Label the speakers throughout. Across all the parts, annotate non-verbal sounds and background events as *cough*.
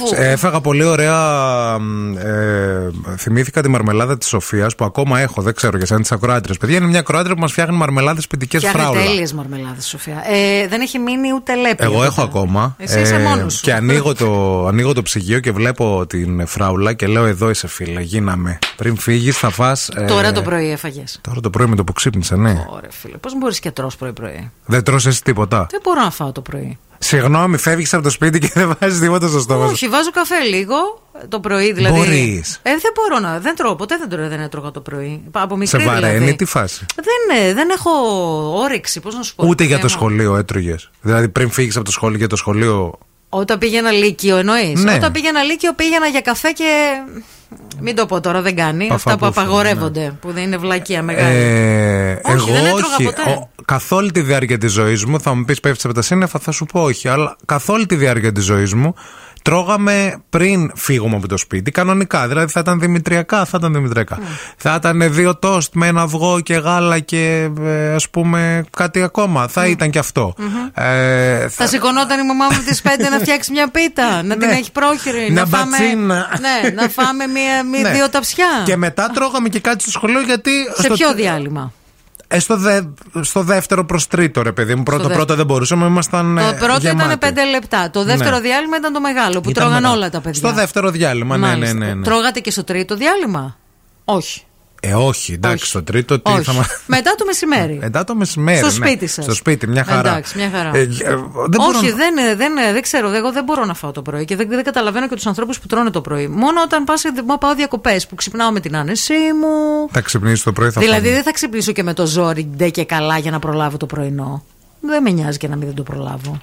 Speaker 1: Πού?
Speaker 2: Έφαγα πολύ ωραία. Ε, θυμήθηκα τη μαρμελάδα της Σοφίας που ακόμα έχω. Δεν ξέρω για σαν τι ακροάτρε. Παιδιά, είναι μια ακροάτρια που μας φτιάχνει μαρμελάδες ποιητικές
Speaker 1: Φτιάχνει
Speaker 2: φράουλα.
Speaker 1: τέλειες μαρμελάδες, Σοφία. Ε, δεν έχει μείνει ούτε λέπη.
Speaker 2: Εγώ
Speaker 1: εδώ
Speaker 2: έχω
Speaker 1: πέρα.
Speaker 2: ακόμα. Ε,
Speaker 1: Εσύ είσαι μόνος σου.
Speaker 2: Και ανοίγω το, ανοίγω το ψυγείο και βλέπω την φράουλα και λέω: Εδώ είσαι φίλε, γίναμε. Πριν φύγεις, θα φας ε,
Speaker 1: Τώρα το πρωί έφαγες.
Speaker 2: Τώρα το πρωί με το που ξύπνησα, ναι.
Speaker 1: Ωραία, φίλε. Πώς μπορείς και τρώ πρωί-πρωί.
Speaker 2: Δεν τρως εσύ τίποτα.
Speaker 1: Δεν μπορώ να φάω το πρωί.
Speaker 2: Συγγνώμη, φεύγεις από το σπίτι και *laughs* δεν βάζεις τίποτα στο στόμα σου.
Speaker 1: Όχι, βάζω καφέ λίγο το πρωί, δηλαδή.
Speaker 2: Μπορείς.
Speaker 1: Ε, δεν μπορώ να. Δεν τρώω. Ποτέ δεν τρώω, δεν έτρωγα το πρωί. Από
Speaker 2: Σε
Speaker 1: μικρή
Speaker 2: βαραίνει,
Speaker 1: δηλαδή.
Speaker 2: τι φάση.
Speaker 1: Δεν, ε, δεν έχω όρεξη, πώς να σου πω.
Speaker 2: Ούτε για το
Speaker 1: Θέμα.
Speaker 2: σχολείο έτρωγες. Δηλαδή πριν φύγεις από το σχολείο για το σχολείο.
Speaker 1: Όταν πήγαινα Λύκειο, εννοείς.
Speaker 2: Ναι.
Speaker 1: Όταν πήγαινα Λύκειο, πήγαινα για καφέ και. Μην το πω τώρα, δεν κάνει.
Speaker 2: Αυτά
Speaker 1: Αυτά που
Speaker 2: που έφυγαν,
Speaker 1: απαγορεύονται, που δεν είναι βλακεία μεγάλη.
Speaker 2: Ε,
Speaker 1: Όχι,
Speaker 2: εγώ
Speaker 1: δεν έτρωγα
Speaker 2: όχι.
Speaker 1: ποτέ.
Speaker 2: καθ' όλη τη διάρκεια της ζωής μου, θα μου πεις πέφτεις από τα σύννεφα, θα σου πω όχι. Αλλά καθ' όλη τη διάρκεια της ζωής μου, τρώγαμε πριν φύγουμε από το σπίτι, κανονικά. Δηλαδή θα ήταν δημητριακά, θα ήταν
Speaker 1: Ναι.
Speaker 2: δημητριακά. Θα ήταν δύο τόστ με ένα αυγό και γάλα και ε, ας πούμε κάτι ακόμα. Θα ήταν και αυτο Ε,
Speaker 1: Ναι. Θα σηκωνόταν η μαμά μου τις 5 να φτιάξει μια πίτα, να την
Speaker 2: Ναι.
Speaker 1: έχει πρόχειρη.
Speaker 2: Να
Speaker 1: φάμε,
Speaker 2: μπατσίνα.
Speaker 1: ναι, να φάμε
Speaker 2: *laughs*
Speaker 1: μία, μία,
Speaker 2: Ναι.
Speaker 1: δύο ταψιά.
Speaker 2: Και μετά τρώγαμε και κάτι στο σχολείο γιατί.
Speaker 1: Σε
Speaker 2: στο-
Speaker 1: ποιο διάλειμμα.
Speaker 2: Ε, στο, δε, στο δεύτερο προς τρίτο, ρε παιδί μου. Πρώτο
Speaker 1: δεύτερο.
Speaker 2: πρώτο δεν μπορούσαμε, ήμασταν. ε,
Speaker 1: Το πρώτο
Speaker 2: γεμάτοι.
Speaker 1: ήταν 5 λεπτά. Το δεύτερο
Speaker 2: Ναι.
Speaker 1: διάλειμμα ήταν το μεγάλο που
Speaker 2: Ήταν
Speaker 1: τρώγαν
Speaker 2: μεγάλο.
Speaker 1: όλα τα παιδιά.
Speaker 2: Στο δεύτερο διάλειμμα, ναι, ναι,
Speaker 1: Μάλιστα.
Speaker 2: ναι. ναι.
Speaker 1: Τρώγατε και στο τρίτο διάλειμμα. Όχι.
Speaker 2: Ε, όχι, εντάξει,
Speaker 1: Όχι.
Speaker 2: στο τρίτο τι
Speaker 1: Όχι.
Speaker 2: θα μα. Ε,
Speaker 1: Μετά το μεσημέρι.
Speaker 2: Μετά το μεσημέρι.
Speaker 1: Στο
Speaker 2: ναι.
Speaker 1: σπίτι σας.
Speaker 2: Στο σπίτι, μια χαρά.
Speaker 1: Εντάξει, μια χαρά.
Speaker 2: Ε, ε, δεν μπορώ
Speaker 1: Όχι,
Speaker 2: να-
Speaker 1: δεν, ε, δεν, ε, δεν ξέρω. Εγώ δεν μπορώ να φάω το πρωί και δεν, δεν καταλαβαίνω και τους ανθρώπους που τρώνε το πρωί. Μόνο όταν πας, μα πάω διακοπές που ξυπνάω με την άνεσή μου.
Speaker 2: Θα ξυπνήσεις το πρωί, θα
Speaker 1: δηλαδή
Speaker 2: φάμε.
Speaker 1: δεν θα ξυπνήσω και με το ζόρι ντε και καλά για να προλάβω το πρωινό. Δεν με νοιάζει και να μην δεν το προλάβω.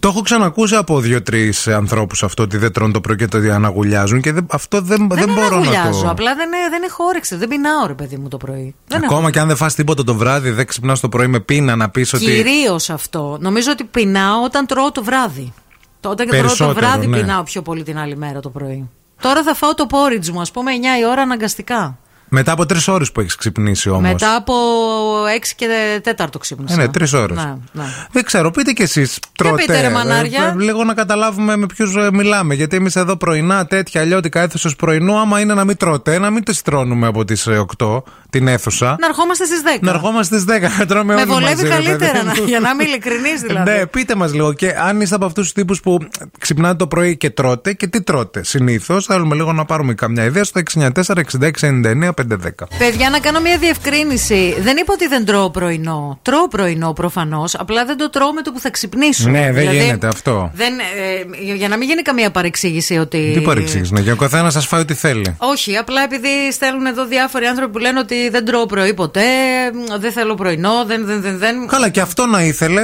Speaker 2: Το έχω ξανακούσει από δύο-τρει ανθρώπους αυτό ότι δεν τρώνε το πρωί και το αναγουλιάζουν και δεν- αυτό δεν, δεν, μπορώ να
Speaker 1: αναγουλιάζω,
Speaker 2: το.
Speaker 1: Απλά δεν, ε, δεν έχω όρεξη. Δεν πεινάω, ρε παιδί μου, το πρωί. Δεν έχω.
Speaker 2: Ακόμα και αν δεν φας τίποτα το βράδυ, δεν ξυπνάς το πρωί με πείνα να πεις ότι.
Speaker 1: Κυρίως αυτό. Νομίζω ότι πεινάω όταν τρώω το βράδυ. Το- Όταν τρώω το
Speaker 2: Περισσότερο,
Speaker 1: βράδυ
Speaker 2: ναι.
Speaker 1: πεινάω πιο πολύ την άλλη μέρα το πρωί. Τώρα θα φάω το porridge μου, ας πούμε, 9 η ώρα αναγκαστικά.
Speaker 2: Μετά από τρεις ώρες που έχεις ξυπνήσει όμως.
Speaker 1: Μετά από 6 και 4 ξύπνησα.
Speaker 2: Ε, ναι, τρεις ώρες.
Speaker 1: Ναι, ναι.
Speaker 2: Δεν ξέρω, πείτε κι εσείς. Τρώτε.
Speaker 1: πείτε, ρε, μανάρια.
Speaker 2: λίγο να καταλάβουμε με ποιους μιλάμε. Γιατί εμείς εδώ πρωινά, τέτοια αλλιώτικα αίθουσα πρωινού, άμα είναι να μην τρώτε, να μην τη τρώνουμε από τις 8 την αίθουσα.
Speaker 1: Να ερχόμαστε στις 10.
Speaker 2: Να ερχόμαστε στις 10 να τρώμε
Speaker 1: Με
Speaker 2: όλοι
Speaker 1: βολεύει
Speaker 2: μαζί, ρε
Speaker 1: καλύτερα,
Speaker 2: παιδί
Speaker 1: να-
Speaker 2: μου.
Speaker 1: για να είμαι ειλικρινής δηλαδή.
Speaker 2: Ναι, πείτε μας λίγο. Και αν είστε από αυτούς τους τύπους που ξυπνάτε το πρωί και τρώτε, και τι τρώτε συνήθως, θέλουμε λίγο να πάρουμε καμιά ιδέα στο 694 66 99 510.
Speaker 1: Παιδιά, να κάνω μια διευκρίνηση. Δεν είπα ότι δεν τρώω πρωινό. Τρώω πρωινό προφανώς. Απλά δεν το τρώω με το που θα ξυπνήσω. Δηλαδή,
Speaker 2: Ναι, δεν γίνεται αυτό.
Speaker 1: Δεν, ε, για να μην γίνει καμία παρεξήγηση ότι.
Speaker 2: Τι παρεξήγηση, ναι, για ο καθένας σας φάει ό,τι θέλει.
Speaker 1: Όχι, απλά επειδή στέλνουν εδώ διάφοροι άνθρωποι που λένε ότι δεν τρώω πρωί ποτέ, μ, δεν θέλω πρωινό, δεν. δεν, δεν, δεν.
Speaker 2: Καλά, και αυτό να ήθελες.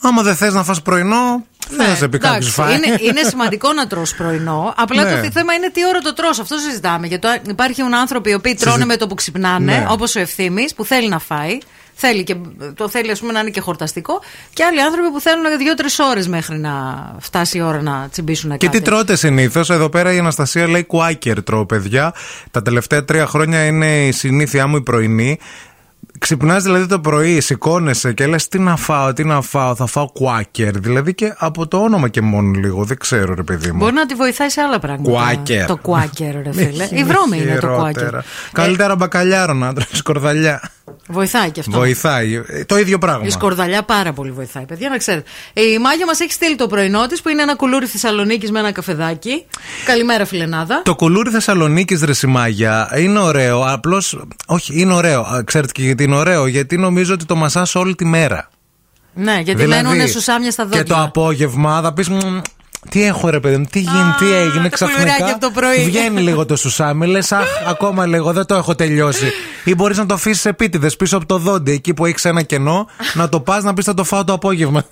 Speaker 2: Άμα δεν θες να φας πρωινό, δεν θα
Speaker 1: Ναι,
Speaker 2: σε πει
Speaker 1: εντάξει,
Speaker 2: κάποιο φάει.
Speaker 1: είναι, είναι σημαντικό να τρως πρωινό. Απλά
Speaker 2: Ναι.
Speaker 1: το θ- θέμα είναι τι ώρα το τρως. Αυτό συζητάμε. Γιατί το- υπάρχουν άνθρωποι οι οποίοι τρώνε με το που ξυπνάνε,
Speaker 2: Ναι.
Speaker 1: όπως ο Ευθύμης που θέλει να φάει. Θέλει και, το θέλει ας πούμε να είναι και χορταστικό και άλλοι άνθρωποι που θέλουν δύο-τρεις ώρες μέχρι να φτάσει η ώρα να τσιμπήσουν
Speaker 2: *laughs* Και
Speaker 1: κάτι.
Speaker 2: τι τρώτε συνήθως. Εδώ πέρα η Αναστασία λέει κουάκερ τρώω, παιδιά. Τα τελευταία τρία χρόνια είναι η συνήθειά μου η πρωινή. Ξυπνάς δηλαδή το πρωί, σηκώνεσαι και λες τι να φάω, τι να φάω, θα φάω κουάκερ. Δηλαδή και από το όνομα και μόνο λίγο, δεν ξέρω ρε παιδί μου.
Speaker 1: Μπορεί να τη βοηθάει σε άλλα πράγματα.
Speaker 2: Κουάκερ.
Speaker 1: Το
Speaker 2: *laughs*
Speaker 1: κουάκερ, ρε φίλε.
Speaker 2: Έχει
Speaker 1: Η βρώμη είναι το
Speaker 2: χειρότερα.
Speaker 1: κουάκερ. Ε,
Speaker 2: Καλύτερα μπακαλιάρο να τρώει κορδαλιά.
Speaker 1: βοηθάει και αυτό.
Speaker 2: Βοηθάει. Ε, Το ίδιο πράγμα.
Speaker 1: Η σκορδαλιά πάρα πολύ βοηθάει, παιδιά, να ξέρετε. Ε, Η Μάγια μας έχει στείλει το πρωινό της που είναι ένα κουλούρι Θεσσαλονίκης με ένα καφεδάκι. Καλημέρα, φιλενάδα.
Speaker 2: Το κουλούρι Θεσσαλονίκης, ρε Σιμάγια, είναι ωραίο. Απλώς. Όχι, είναι ωραίο. Α, Ξέρετε και γιατί είναι ωραίο. Γιατί νομίζω ότι το μασάς όλη τη μέρα.
Speaker 1: Ναι, γιατί μένουν σουσάμια στα δόντια.
Speaker 2: Δηλαδή, Και το απόγευμα θα πεις. Τι έχω ρε παιδί μου, τι γίνει, τι έγινε
Speaker 1: το κουλουράκι
Speaker 2: ξαφνικά.
Speaker 1: από το πρωί».
Speaker 2: Βγαίνει λίγο το σουσάμι, λες, αχ, ακόμα λίγο, δεν το έχω τελειώσει. Ή μπορείς να το αφήσεις επίτηδες πίσω από το δόντι, εκεί που έχει ένα κενό, να το πας να πεις θα το φάω το απόγευμα.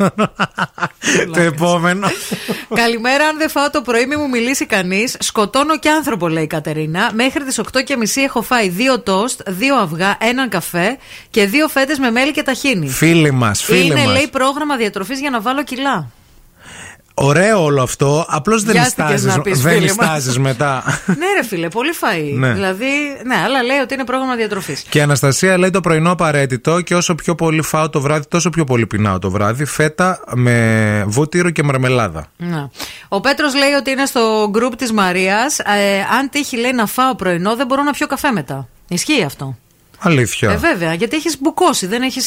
Speaker 2: το επόμενο.
Speaker 1: *laughs* Καλημέρα, αν δεν φάω το πρωί, μη μου μιλήσει κανείς. Σκοτώνω και άνθρωπο, λέει η Κατερίνα. Μέχρι τις 8.30 έχω φάει δύο τόστ, δύο αυγά, έναν καφέ και δύο φέτες με μέλι και ταχίνι.
Speaker 2: φίλοι μας, φίλοι
Speaker 1: είναι,
Speaker 2: μας. *laughs*
Speaker 1: λέει, πρόγραμμα διατροφής για να βάλω κιλά.
Speaker 2: Ωραίο όλο αυτό. Απλώς δεν
Speaker 1: Βιάστηκες
Speaker 2: ιστάζεις-
Speaker 1: να πεις,
Speaker 2: Δεν
Speaker 1: φίλε μου.
Speaker 2: ιστάζεις μετά.
Speaker 1: ναι, ρε φίλε, πολύ φαΐ.
Speaker 2: Ναι.
Speaker 1: Δηλαδή, ναι, αλλά λέει ότι είναι πρόγραμμα διατροφής.
Speaker 2: Και η Αναστασία λέει το πρωινό απαραίτητο και όσο πιο πολύ φάω το βράδυ, τόσο πιο πολύ πεινάω το βράδυ. Φέτα με βούτυρο και μαρμελάδα.
Speaker 1: Να. Ναι. Ο Πέτρος λέει ότι είναι στο γκρουπ της Μαρίας. Ε, αν τύχει, λέει, να φάω πρωινό, δεν μπορώ να πιω καφέ μετά. Ισχύει αυτό.
Speaker 2: Αλήθεια.
Speaker 1: Ε, βέβαια, γιατί έχεις μπουκώσει, δεν έχεις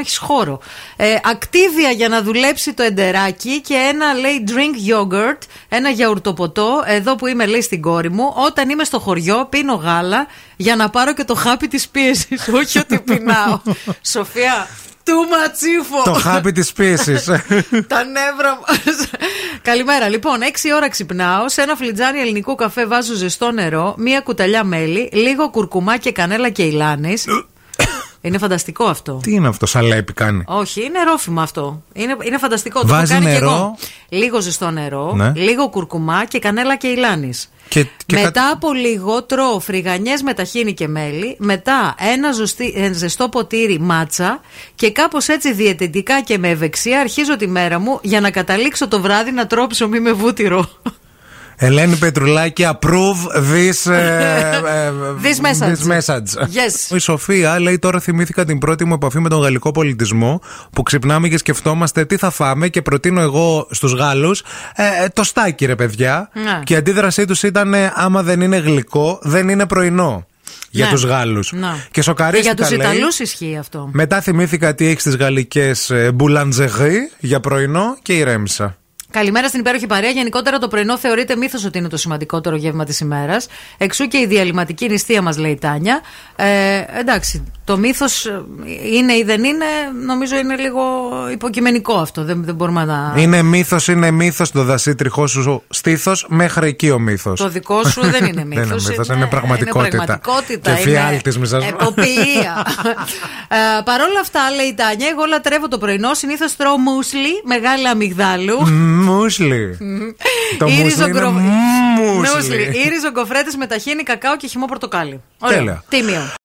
Speaker 1: έχεις χώρο. Ε, ακτίβια για να δουλέψει το εντεράκι και ένα λέει drink yogurt, ένα γιαουρτοποτό, εδώ που είμαι λέει στην κόρη μου. Όταν είμαι στο χωριό, πίνω γάλα για να πάρω και το χάπι της πίεσης. *laughs* Όχι ότι πεινάω. Σοφία, του ματσίφο.
Speaker 2: το χάπι της πίεσης.
Speaker 1: *laughs* Τα νεύρα μας. Καλημέρα. Λοιπόν, 6 ώρα ξυπνάω. Σε ένα φλιτζάνι ελληνικού καφέ βάζω ζεστό νερό, μία κουταλιά μέλι, λίγο κουρκουμά και κανέλα και ηλάνης. είναι φανταστικό αυτό.
Speaker 2: Τι είναι αυτό, σαλέπι κάνει.
Speaker 1: Όχι, είναι ρόφημα αυτό. Είναι, είναι φανταστικό. το
Speaker 2: Βάζει
Speaker 1: έχω κάνει
Speaker 2: νερό.
Speaker 1: Και εγώ. Λίγο ζεστό νερό,
Speaker 2: Ναι.
Speaker 1: λίγο κουρκουμά και κανέλα και ηλάνη.
Speaker 2: Και- και
Speaker 1: Μετά
Speaker 2: κάτι-
Speaker 1: από λίγο τρώω φρυγανιές με ταχίνι και μέλι, μετά ένα ζωστή- ε, ζεστό ποτήρι μάτσα και κάπως έτσι διαιτητικά και με ευεξία αρχίζω τη μέρα μου για να καταλήξω το βράδυ να τρώω ψωμί με βούτυρο.
Speaker 2: Ελένη Πετρουλάκη, approve this, ε, ε,
Speaker 1: This message.
Speaker 2: this message.
Speaker 1: Yes.
Speaker 2: Η Σοφία λέει: Τώρα θυμήθηκα την πρώτη μου επαφή με τον γαλλικό πολιτισμό που ξυπνάμε και σκεφτόμαστε τι θα φάμε και προτείνω εγώ στους Γάλλους ε, το στάκι, ρε παιδιά.
Speaker 1: Ναι.
Speaker 2: Και η αντίδρασή τους ήταν: ε, Άμα δεν είναι γλυκό, δεν είναι πρωινό. Για
Speaker 1: Ναι.
Speaker 2: τους του Γάλλου.
Speaker 1: Να.
Speaker 2: Και σοκαρίστηκα.
Speaker 1: για τους
Speaker 2: λέει.
Speaker 1: Ιταλούς ισχύει αυτό.
Speaker 2: Μετά θυμήθηκα τι έχει τι γαλλικέ μπουλαντζεγί για πρωινό και ηρέμησα.
Speaker 1: Καλημέρα στην υπέροχη παρέα. Γενικότερα το πρωινό θεωρείται μύθος ότι είναι το σημαντικότερο γεύμα της ημέρας. Εξού και η διαλυματική νηστεία μας, λέει η Τάνια. Ε, εντάξει, το μύθος είναι ή δεν είναι, νομίζω είναι λίγο υποκειμενικό αυτό. Δεν, δεν μπορούμε να.
Speaker 2: Είναι μύθος, είναι μύθος το δασίτριχό σου στήθος, μέχρι εκεί ο μύθος.
Speaker 1: Το δικό σου δεν
Speaker 2: *laughs* Δεν
Speaker 1: είναι μύθος.
Speaker 2: είναι Ναι, μύθος, είναι πραγματικότητα.
Speaker 1: Είναι πραγματικότητα.
Speaker 2: Και φιάλτης, μη σας-
Speaker 1: είναι
Speaker 2: *laughs*
Speaker 1: εποποιία. ε, Παρ' όλα αυτά, λέει η Τάνια, εγώ λατρεύω το πρωινό. Συνήθως τρώω μουσλι, μεγάλη αμυγδάλου.
Speaker 2: Μουσλι. Το
Speaker 1: Ή
Speaker 2: μουσλι είναι
Speaker 1: ριζογκρο-
Speaker 2: μουσλι.
Speaker 1: Ναι, Μουσλι. Ή ριζογκοφρέτες με ταχίνι, κακάο και χυμό πορτοκάλι. Ωραία.
Speaker 2: Τέλεια.
Speaker 1: Τίμιο.